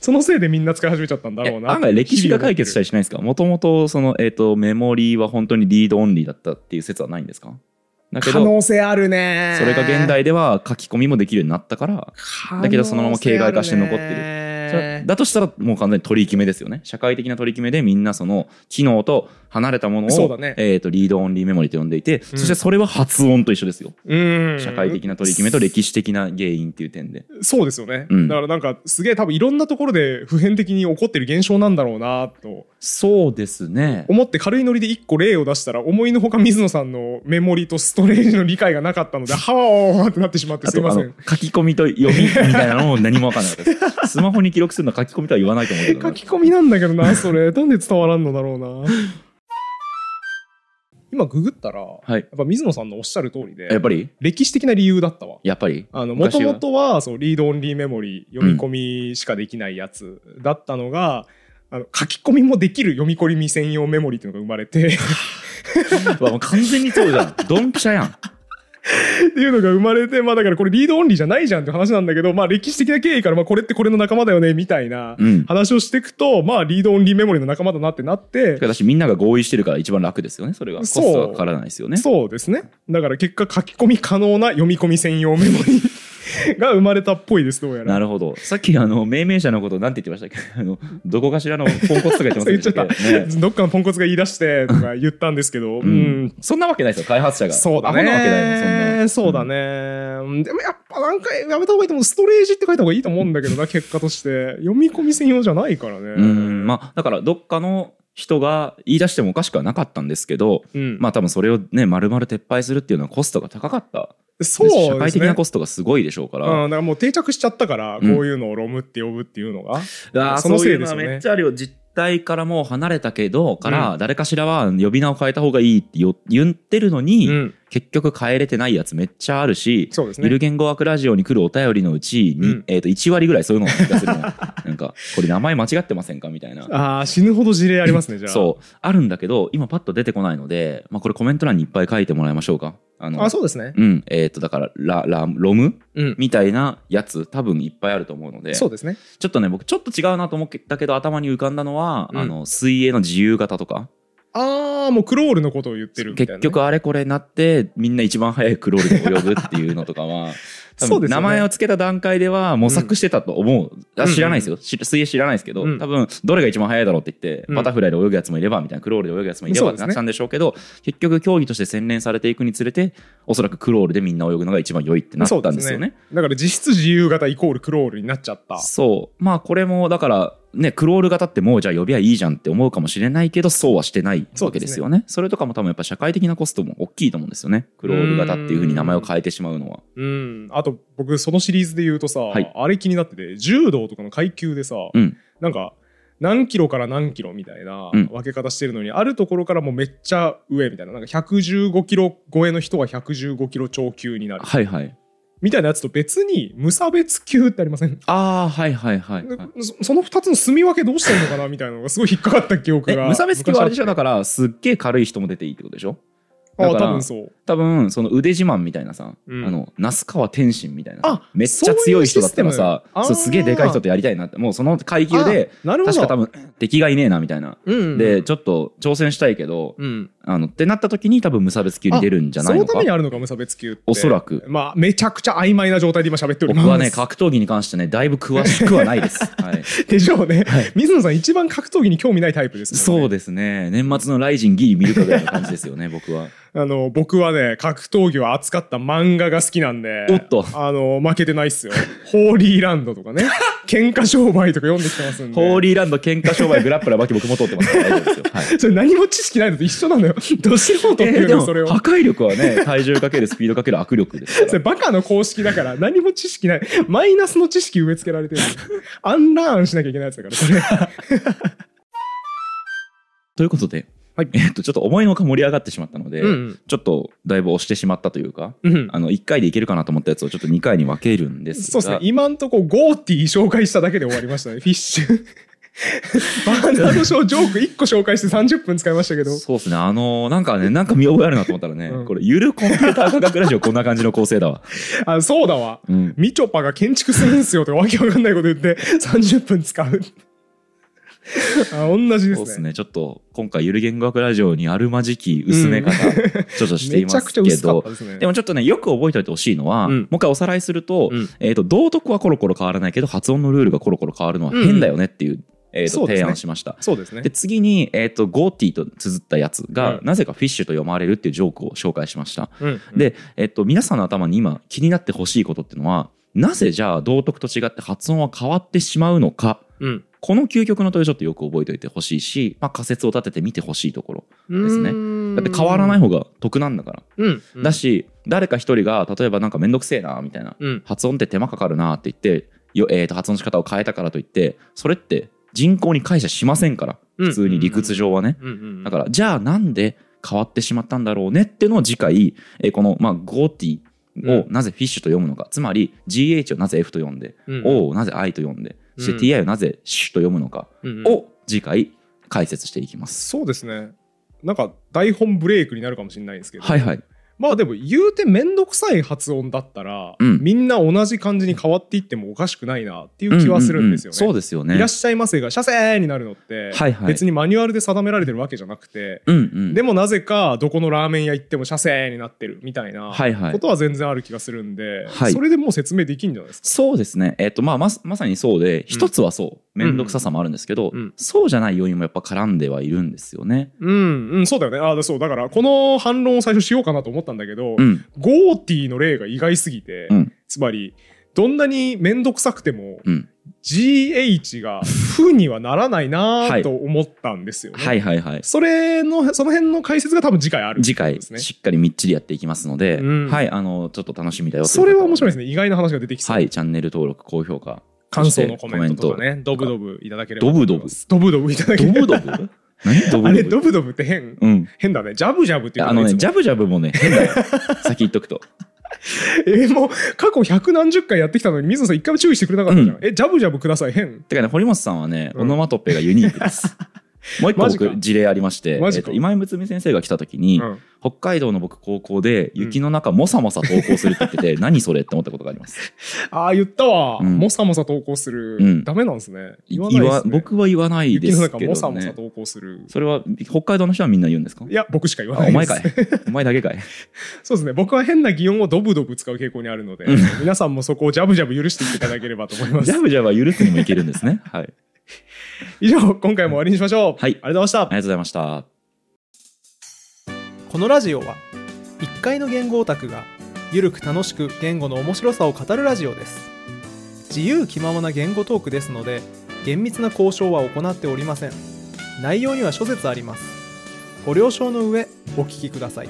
[SPEAKER 2] そのせいでみんな使い始めちゃったんだ
[SPEAKER 1] え
[SPEAKER 2] ろうな
[SPEAKER 1] 案外歴史が解決した
[SPEAKER 2] い
[SPEAKER 1] りしないですかもともとその、えー、とメモリーは本当にリードオンリーだったっていう説はないんですかだけ
[SPEAKER 2] 可
[SPEAKER 1] ど
[SPEAKER 2] 能性あるね
[SPEAKER 1] それが現代では書き込みもできるようになったからだけどそのまま形骸化して残ってるそれだとしたらもう完全に取り決めですよね社会的な取り決めでみんなその機能と離れたもの
[SPEAKER 2] そう
[SPEAKER 1] を、
[SPEAKER 2] だね
[SPEAKER 1] えー、とリードオンリーメモリーと呼んでいて、そしてそれは発音と一緒ですよ
[SPEAKER 2] うん
[SPEAKER 1] 社会的な取り決めと歴史的な原因っていう点で
[SPEAKER 2] そうですよね、
[SPEAKER 1] うん
[SPEAKER 2] だからなんかすげえ多分いろんなところで普遍的に起こってる現象なんだろうなと
[SPEAKER 1] そうですね
[SPEAKER 2] 思って軽いノリで一個例を出したら思いのほか水野さんのメモリとストレージの理解がなかった のではおーってなってしまって
[SPEAKER 1] あ
[SPEAKER 2] す
[SPEAKER 1] と
[SPEAKER 2] いま
[SPEAKER 1] あ
[SPEAKER 2] せ
[SPEAKER 1] の
[SPEAKER 2] ん
[SPEAKER 1] 書き込みと読みみたいなのも何も分かんなかったです。スマホに記録するのは書き込みとは言わないと思うけど
[SPEAKER 2] 書
[SPEAKER 1] な
[SPEAKER 2] き込みなんだけどなそれなんで伝わらんのだろうな 今ググったら、
[SPEAKER 1] い
[SPEAKER 2] やっぱ水野さんのおっしゃる通りで
[SPEAKER 1] やっぱり
[SPEAKER 2] 歴史的な理由だったわ
[SPEAKER 1] やっぱり
[SPEAKER 2] あのも
[SPEAKER 1] 昔
[SPEAKER 2] と
[SPEAKER 1] は
[SPEAKER 2] もとはそうリードオンリーメモリー読み込みしかできないやつだったのが、あの書き込みもできる読み込み専用メモリーっていうのが生まれてっ
[SPEAKER 1] う わもう完全にそうじゃん。ドンピシャやん。
[SPEAKER 2] ていうのが生まれてまあだからこれリードオンリーじゃないじゃんって話なんだけどまあ歴史的な経緯からまあこれってこれの仲間だよねみたいな
[SPEAKER 1] うん。
[SPEAKER 2] 話をしていくとまあリードオンリーメモリーの仲間だなってなって
[SPEAKER 1] てか私みんなが合意してるから一番楽ですよね。それがコス
[SPEAKER 2] そう
[SPEAKER 1] トがかからないですよね。
[SPEAKER 2] そうですねだから結果書き込み可能な読み込み専用メモリー が生まれたっぽいですどうやら
[SPEAKER 1] なるほど。さっきあの命名者のことなんて言ってましたっけ？あのどこかしらのポンコツとか言ってませんでした
[SPEAKER 2] 言っ
[SPEAKER 1] っ
[SPEAKER 2] ち
[SPEAKER 1] け？ね
[SPEAKER 2] どっかのポンコツが言い出してとか言ったんですけど、
[SPEAKER 1] う
[SPEAKER 2] うんん、
[SPEAKER 1] そんなわけないですよ。開発者が。
[SPEAKER 2] そうだ
[SPEAKER 1] アホなわけないよ
[SPEAKER 2] ね。
[SPEAKER 1] ね。そん
[SPEAKER 2] そ
[SPEAKER 1] な。
[SPEAKER 2] うだね。うんでもやっぱなんかやめた方がいいと思う。ストレージって書いた方がいいと思うんだけどな、結果として。読み込み専用じゃないからね。
[SPEAKER 1] うん。うん。まあだからどっかの人が言い出してもおかしくはなかったんですけど、
[SPEAKER 2] うん
[SPEAKER 1] まあ多分それをね丸々撤廃するっていうのはコストが高かった
[SPEAKER 2] そうですね。
[SPEAKER 1] 社会的なコストがすごいでしょうか
[SPEAKER 2] う
[SPEAKER 1] ら、
[SPEAKER 2] ん、だからもう定着しちゃったから、
[SPEAKER 1] うん
[SPEAKER 2] こういうのをロムって呼ぶっていうのが。
[SPEAKER 1] あー
[SPEAKER 2] その
[SPEAKER 1] そうい
[SPEAKER 2] せ
[SPEAKER 1] うの
[SPEAKER 2] いです
[SPEAKER 1] は
[SPEAKER 2] よね
[SPEAKER 1] めっちゃあるよ実態からもう離れたけどから、
[SPEAKER 2] う
[SPEAKER 1] 誰かしらは呼び名を変えた方がいいってよ言ってるのに、
[SPEAKER 2] うん、
[SPEAKER 1] 結局変えれてないやつめっちゃあるし、
[SPEAKER 2] そうです
[SPEAKER 1] ゆる
[SPEAKER 2] ね。
[SPEAKER 1] 言語学ラジオに来るお便りのうちに、
[SPEAKER 2] うん
[SPEAKER 1] えー、と1割ぐらいそういうのを聞かせるのなん かこれ名前間違ってませんかみたいな
[SPEAKER 2] ああ、死ぬほど事例ありますね、じゃあ。
[SPEAKER 1] そうあるんだけど今パッと出てこないので、まあ、これコメント欄にいっぱい書いてもらいましょうかあの
[SPEAKER 2] あ、そうですね。
[SPEAKER 1] うんえっ、とだからララロム
[SPEAKER 2] うん。
[SPEAKER 1] みたいなやつ多分いっぱいあると思うので
[SPEAKER 2] そうですね。
[SPEAKER 1] ちょっとね僕ちょっと違うなと思ったけど頭に浮かんだのは、
[SPEAKER 2] うん
[SPEAKER 1] あの水泳の自由形とか、
[SPEAKER 2] ああ、もうクロールのことを言ってるみたい
[SPEAKER 1] 結
[SPEAKER 2] なね、
[SPEAKER 1] 局あれこれなってみんな一番早いクロールで泳ぐっていうのとか は多
[SPEAKER 2] そう
[SPEAKER 1] 分
[SPEAKER 2] ですよ
[SPEAKER 1] 名
[SPEAKER 2] ね
[SPEAKER 1] 前を付けた段階では模索してたと思う、あ知らないですよ、知水泳知らないですけど、
[SPEAKER 2] うん
[SPEAKER 1] 多分どれが一番早いだろうって言って、
[SPEAKER 2] うん
[SPEAKER 1] バタフライで泳ぐやつもいればみたいなクロールで泳ぐやつもいれば
[SPEAKER 2] そう
[SPEAKER 1] っ
[SPEAKER 2] で
[SPEAKER 1] て
[SPEAKER 2] す
[SPEAKER 1] な
[SPEAKER 2] ね
[SPEAKER 1] っちゃうんでしょうけど結局競技として洗練されていくにつれておそらくクロールでみんな泳ぐのが一番良いってなったんですよね。
[SPEAKER 2] だから実質自由型イコールクロールになっちゃった。
[SPEAKER 1] そうまあこれもだからねクロール型ってもうじゃあ呼びゃいいじゃんって思うかもしれないけどそうはしてない
[SPEAKER 2] そ
[SPEAKER 1] わ
[SPEAKER 2] う
[SPEAKER 1] け
[SPEAKER 2] ですね
[SPEAKER 1] ですよねそれとかも多分やっぱ社会的なコストも大きいと思うんですよねクロール型っていうふうに名前を変えてしまうのは
[SPEAKER 2] うん、あと僕そのシリーズで言うとさ、
[SPEAKER 1] はい
[SPEAKER 2] あれ気になってて柔道とかの階級でさ、
[SPEAKER 1] うん
[SPEAKER 2] なんか何キロから何キロみたいな
[SPEAKER 1] うん
[SPEAKER 2] 分け方してるのに、あるところからもうめっちゃ上みたいななんか115キロ超えの人が115キロ超級になる
[SPEAKER 1] はいはい
[SPEAKER 2] みたいなやつと別に無差別級ってありません、
[SPEAKER 1] ああはいはいはい、はい
[SPEAKER 2] でそその2つの住み分けどうしてるのかなみたいなのがすごい引っかかった記憶
[SPEAKER 1] え
[SPEAKER 2] が
[SPEAKER 1] 無差別級はあれでしょだ
[SPEAKER 2] 昔あっ
[SPEAKER 1] からすっげえ軽い人も出ていいってことでしょ
[SPEAKER 2] てあ
[SPEAKER 1] だ
[SPEAKER 2] あ、
[SPEAKER 1] から
[SPEAKER 2] 多分そう。
[SPEAKER 1] 多分その腕自慢みたいなさ、
[SPEAKER 2] うん
[SPEAKER 1] あの那須川天心みたいなさ
[SPEAKER 2] あ
[SPEAKER 1] めっちゃ強い人だったらさ
[SPEAKER 2] そうい
[SPEAKER 1] そう
[SPEAKER 2] うシステムあー
[SPEAKER 1] すげえでかい人とやりたいなってもうその階級で
[SPEAKER 2] あ、なるほ
[SPEAKER 1] 確
[SPEAKER 2] ど。
[SPEAKER 1] か多分敵がいねえなみたいな、
[SPEAKER 2] うん、
[SPEAKER 1] でちょっと挑戦したいけど
[SPEAKER 2] うん、
[SPEAKER 1] あのってなった時に多分無差別級に出るんじゃな
[SPEAKER 2] そ
[SPEAKER 1] い
[SPEAKER 2] の
[SPEAKER 1] の
[SPEAKER 2] た
[SPEAKER 1] か
[SPEAKER 2] めにあるのか、無差別級って。
[SPEAKER 1] おそらく
[SPEAKER 2] まあ、めちゃくちゃ曖昧な状態で今喋っております。
[SPEAKER 1] 僕はね格闘技に関してねだいぶ詳しくはないです、はい、
[SPEAKER 2] でしょうね、
[SPEAKER 1] はい
[SPEAKER 2] 水野さん一番格闘技に興味ないタイプですもん
[SPEAKER 1] そう
[SPEAKER 2] ね、
[SPEAKER 1] ですね年末の「ライジン」ギリ見るかぐらいの感じですよね僕 は
[SPEAKER 2] あの僕はね格闘技を扱った漫画が好きなんで
[SPEAKER 1] おっと
[SPEAKER 2] あの負けてないっすよ「ホーリーランド」と かね「喧嘩商売」とか読んできてますんで
[SPEAKER 1] ホーリーランド喧嘩商売グラップラーバキ僕も通ってますから大丈夫ですよ、はい
[SPEAKER 2] それ何も知識ないのと一緒なのよ ど素人って
[SPEAKER 1] え
[SPEAKER 2] い
[SPEAKER 1] ー
[SPEAKER 2] う
[SPEAKER 1] で
[SPEAKER 2] の
[SPEAKER 1] も
[SPEAKER 2] それを
[SPEAKER 1] 破壊力はね体重かけるスピードかける握力ですか
[SPEAKER 2] それバカの公式だから何も知識ないマイナスの知識植え付けられてるアンラーンしなきゃいけないやつだからそれ
[SPEAKER 1] ということで、
[SPEAKER 2] はい
[SPEAKER 1] えーっとちょっと思いのほか盛り上がってしまったの で、
[SPEAKER 2] うん
[SPEAKER 1] ちょっとだいぶ押してしまったというか
[SPEAKER 2] うん
[SPEAKER 1] あの1回でいけるかなと思ったやつをちょっと2回に分けるんです
[SPEAKER 2] そう
[SPEAKER 1] が
[SPEAKER 2] ですね今んとこゴーティー紹介しただけで終わりましたねフィッシュ バーナード・ショージョーク1個紹介して30分使いましたけど
[SPEAKER 1] そうですねあのーなんかねなんか見覚えあるなと思ったらね、
[SPEAKER 2] うん
[SPEAKER 1] これゆるコンピューター科学ラジオこんな感じの構成だわ、
[SPEAKER 2] あそうだわ
[SPEAKER 1] うん、
[SPEAKER 2] みちょぱが建築するんすよってわけわかんないこと言って30分使うあ同じで
[SPEAKER 1] そうですす
[SPEAKER 2] ね
[SPEAKER 1] ねちょっと今回ゆる言語学ラジオにあるまじき薄め方、ちょっとしてい
[SPEAKER 2] めち
[SPEAKER 1] ま
[SPEAKER 2] ゃく
[SPEAKER 1] す
[SPEAKER 2] ちゃ
[SPEAKER 1] け
[SPEAKER 2] 薄かっ
[SPEAKER 1] ど
[SPEAKER 2] たですね
[SPEAKER 1] でもちょっとね、よく覚えておいてほしいのは、
[SPEAKER 2] うん
[SPEAKER 1] もう一回おさらいすると、
[SPEAKER 2] うん
[SPEAKER 1] えっ、と、道徳はコロコロ変わらないけど、発音のルールがコロコロ変わるのは変だよねっていう、えーと
[SPEAKER 2] そうですね
[SPEAKER 1] 提案をしました。
[SPEAKER 2] そうですね
[SPEAKER 1] で、次に、えっ、と、ゴーティーと綴ったやつが、
[SPEAKER 2] うん
[SPEAKER 1] なぜかフィッシュと読まれるっていうジョークを紹介しました。
[SPEAKER 2] うん
[SPEAKER 1] で、えっ、と、皆さんの頭に今気になってほしいことっていうのは、なぜじゃあ道徳と違って発音は変わってしまうのか、
[SPEAKER 2] うん
[SPEAKER 1] この究極の問いをちょっとよく覚えておいてほしいし、まあ、仮説を立ててみてほしいところ。ですねだって変わらない
[SPEAKER 2] い
[SPEAKER 1] 方が得なんだから。だ
[SPEAKER 2] し
[SPEAKER 1] し、誰か一人が例えばなんかめんどくせえなみたいな、
[SPEAKER 2] うん
[SPEAKER 1] 発音って手間かかるなって言ってよ、えー、と発音の仕方を変えたからといってそれって人口に解釈しませんから
[SPEAKER 2] うん
[SPEAKER 1] 普通に理屈上はね、だからじゃあなんで変わってしまったんだろうねっていうのを次回、えーこの、まあ、ゴーティをなぜフィッシュと読むのか、つまり GH をなぜ F と読んで、O をなぜ I と読んでそして
[SPEAKER 2] うん
[SPEAKER 1] TI をなぜシュと読むのか
[SPEAKER 2] お
[SPEAKER 1] を次回解説していきます。
[SPEAKER 2] そうですねなんか台本ブレイクになるかもしれないですけど
[SPEAKER 1] はいはい、
[SPEAKER 2] まあでも言うてめんどくさい発音だったら、
[SPEAKER 1] うん
[SPEAKER 2] みんな同じ感じに変わっていってもおかしくないなっていう気はするんですよね。
[SPEAKER 1] うううそうですよね。
[SPEAKER 2] いらっしゃいませが「シャセー!」になるのって、
[SPEAKER 1] はいはい
[SPEAKER 2] 別にマニュアルで定められてるわけじゃなくて、
[SPEAKER 1] うんうん、
[SPEAKER 2] でもなぜかどこのラーメン屋行っても「シャセー!」になってるみたいな
[SPEAKER 1] はいはい
[SPEAKER 2] ことは全然ある気がするんで、
[SPEAKER 1] はい
[SPEAKER 2] それでもう説明できんじゃないですか。
[SPEAKER 1] そうですね、えっとまあ、まさまさにそうで一つはそう面倒くささもあるんですけど、
[SPEAKER 2] うん
[SPEAKER 1] そうじゃない要因もやっぱ絡んではいるんですよね。
[SPEAKER 2] うん、うん、そうだよね。あだそうだからこの反論を最初しようかなと思ったんだけど、
[SPEAKER 1] うん、
[SPEAKER 2] ゴーティーの例が意外すぎて、
[SPEAKER 1] うん
[SPEAKER 2] つまりどんなに面倒くさくても、
[SPEAKER 1] うん
[SPEAKER 2] GH が負にはならないな
[SPEAKER 1] は
[SPEAKER 2] ぁ
[SPEAKER 1] い
[SPEAKER 2] と思ったんですよね。
[SPEAKER 1] はいはいはい
[SPEAKER 2] それのその辺の解説が多分次回ある
[SPEAKER 1] 次回
[SPEAKER 2] ですね。
[SPEAKER 1] しっかりみっちりやっていきますので、
[SPEAKER 2] うん
[SPEAKER 1] はいあのちょっと楽しみだよという
[SPEAKER 2] それは面白いです
[SPEAKER 1] ね
[SPEAKER 2] ね。意外な話が出てきそう。
[SPEAKER 1] はいチャンネル登録高評価
[SPEAKER 2] 感想のコメントとかね、ドブドブいただければ。
[SPEAKER 1] ドブドブ。
[SPEAKER 2] ドブドブいた
[SPEAKER 1] そ
[SPEAKER 2] だけ
[SPEAKER 1] して
[SPEAKER 2] れ
[SPEAKER 1] コメ
[SPEAKER 2] ば。
[SPEAKER 1] ントドブドブ 何ドブドブ
[SPEAKER 2] あれ、ドブドブって変、
[SPEAKER 1] うんい
[SPEAKER 2] 変だね。ジャブジャブってい
[SPEAKER 1] や
[SPEAKER 2] う
[SPEAKER 1] あのねジ
[SPEAKER 2] ャ
[SPEAKER 1] ャブジャブもね変だよ 先言っとくと
[SPEAKER 2] えーもう過去百何十回やってきたのに、水野さん一回も注意してくれなかったじゃん。
[SPEAKER 1] う
[SPEAKER 2] え、ジャブジャブください、変。
[SPEAKER 1] てかね堀本さんはね、
[SPEAKER 2] うん
[SPEAKER 1] オノマトペがユニークです もう一個
[SPEAKER 2] マジか
[SPEAKER 1] 僕事例ありまして、
[SPEAKER 2] マジか
[SPEAKER 1] と今井睦美先生が来た時に、
[SPEAKER 2] うん
[SPEAKER 1] 北海道の僕高校で雪の中もさもさ登校するって言って て、何それって思ったことがあります
[SPEAKER 2] ああ、言ったわ。
[SPEAKER 1] うん
[SPEAKER 2] もさもさ投稿する。
[SPEAKER 1] うん
[SPEAKER 2] ダメなんですね。
[SPEAKER 1] い
[SPEAKER 2] 言わないで
[SPEAKER 1] わ
[SPEAKER 2] すね。
[SPEAKER 1] 僕は言わないで
[SPEAKER 2] 雪の
[SPEAKER 1] す
[SPEAKER 2] 中
[SPEAKER 1] け
[SPEAKER 2] もさ
[SPEAKER 1] ど
[SPEAKER 2] もさ
[SPEAKER 1] ね
[SPEAKER 2] 投稿する。
[SPEAKER 1] それは北海道の人はみんな言うんですか
[SPEAKER 2] いや、僕しか言わ
[SPEAKER 1] あ
[SPEAKER 2] な
[SPEAKER 1] お
[SPEAKER 2] いで
[SPEAKER 1] 前
[SPEAKER 2] す。
[SPEAKER 1] かいお前だけかい
[SPEAKER 2] そうですね。僕は変な擬音をドブドブ使う傾向にあるので、皆さんもそこをジャブジャブ許していっていただければと思いま
[SPEAKER 1] ジ
[SPEAKER 2] す
[SPEAKER 1] ャ。ブジャブは許すにもいけるんですねはいあり
[SPEAKER 2] 以上、今回も終わりにしましょう。
[SPEAKER 1] はい
[SPEAKER 2] ありがとうございました
[SPEAKER 1] が。とうございました
[SPEAKER 3] このラジオは1階の言語オタクがゆるく楽しく言語の面白さを語るラジオです自由気ままな言語トークですので厳密な交渉は行っておりません内容には諸説ありますご了承の上お聞きください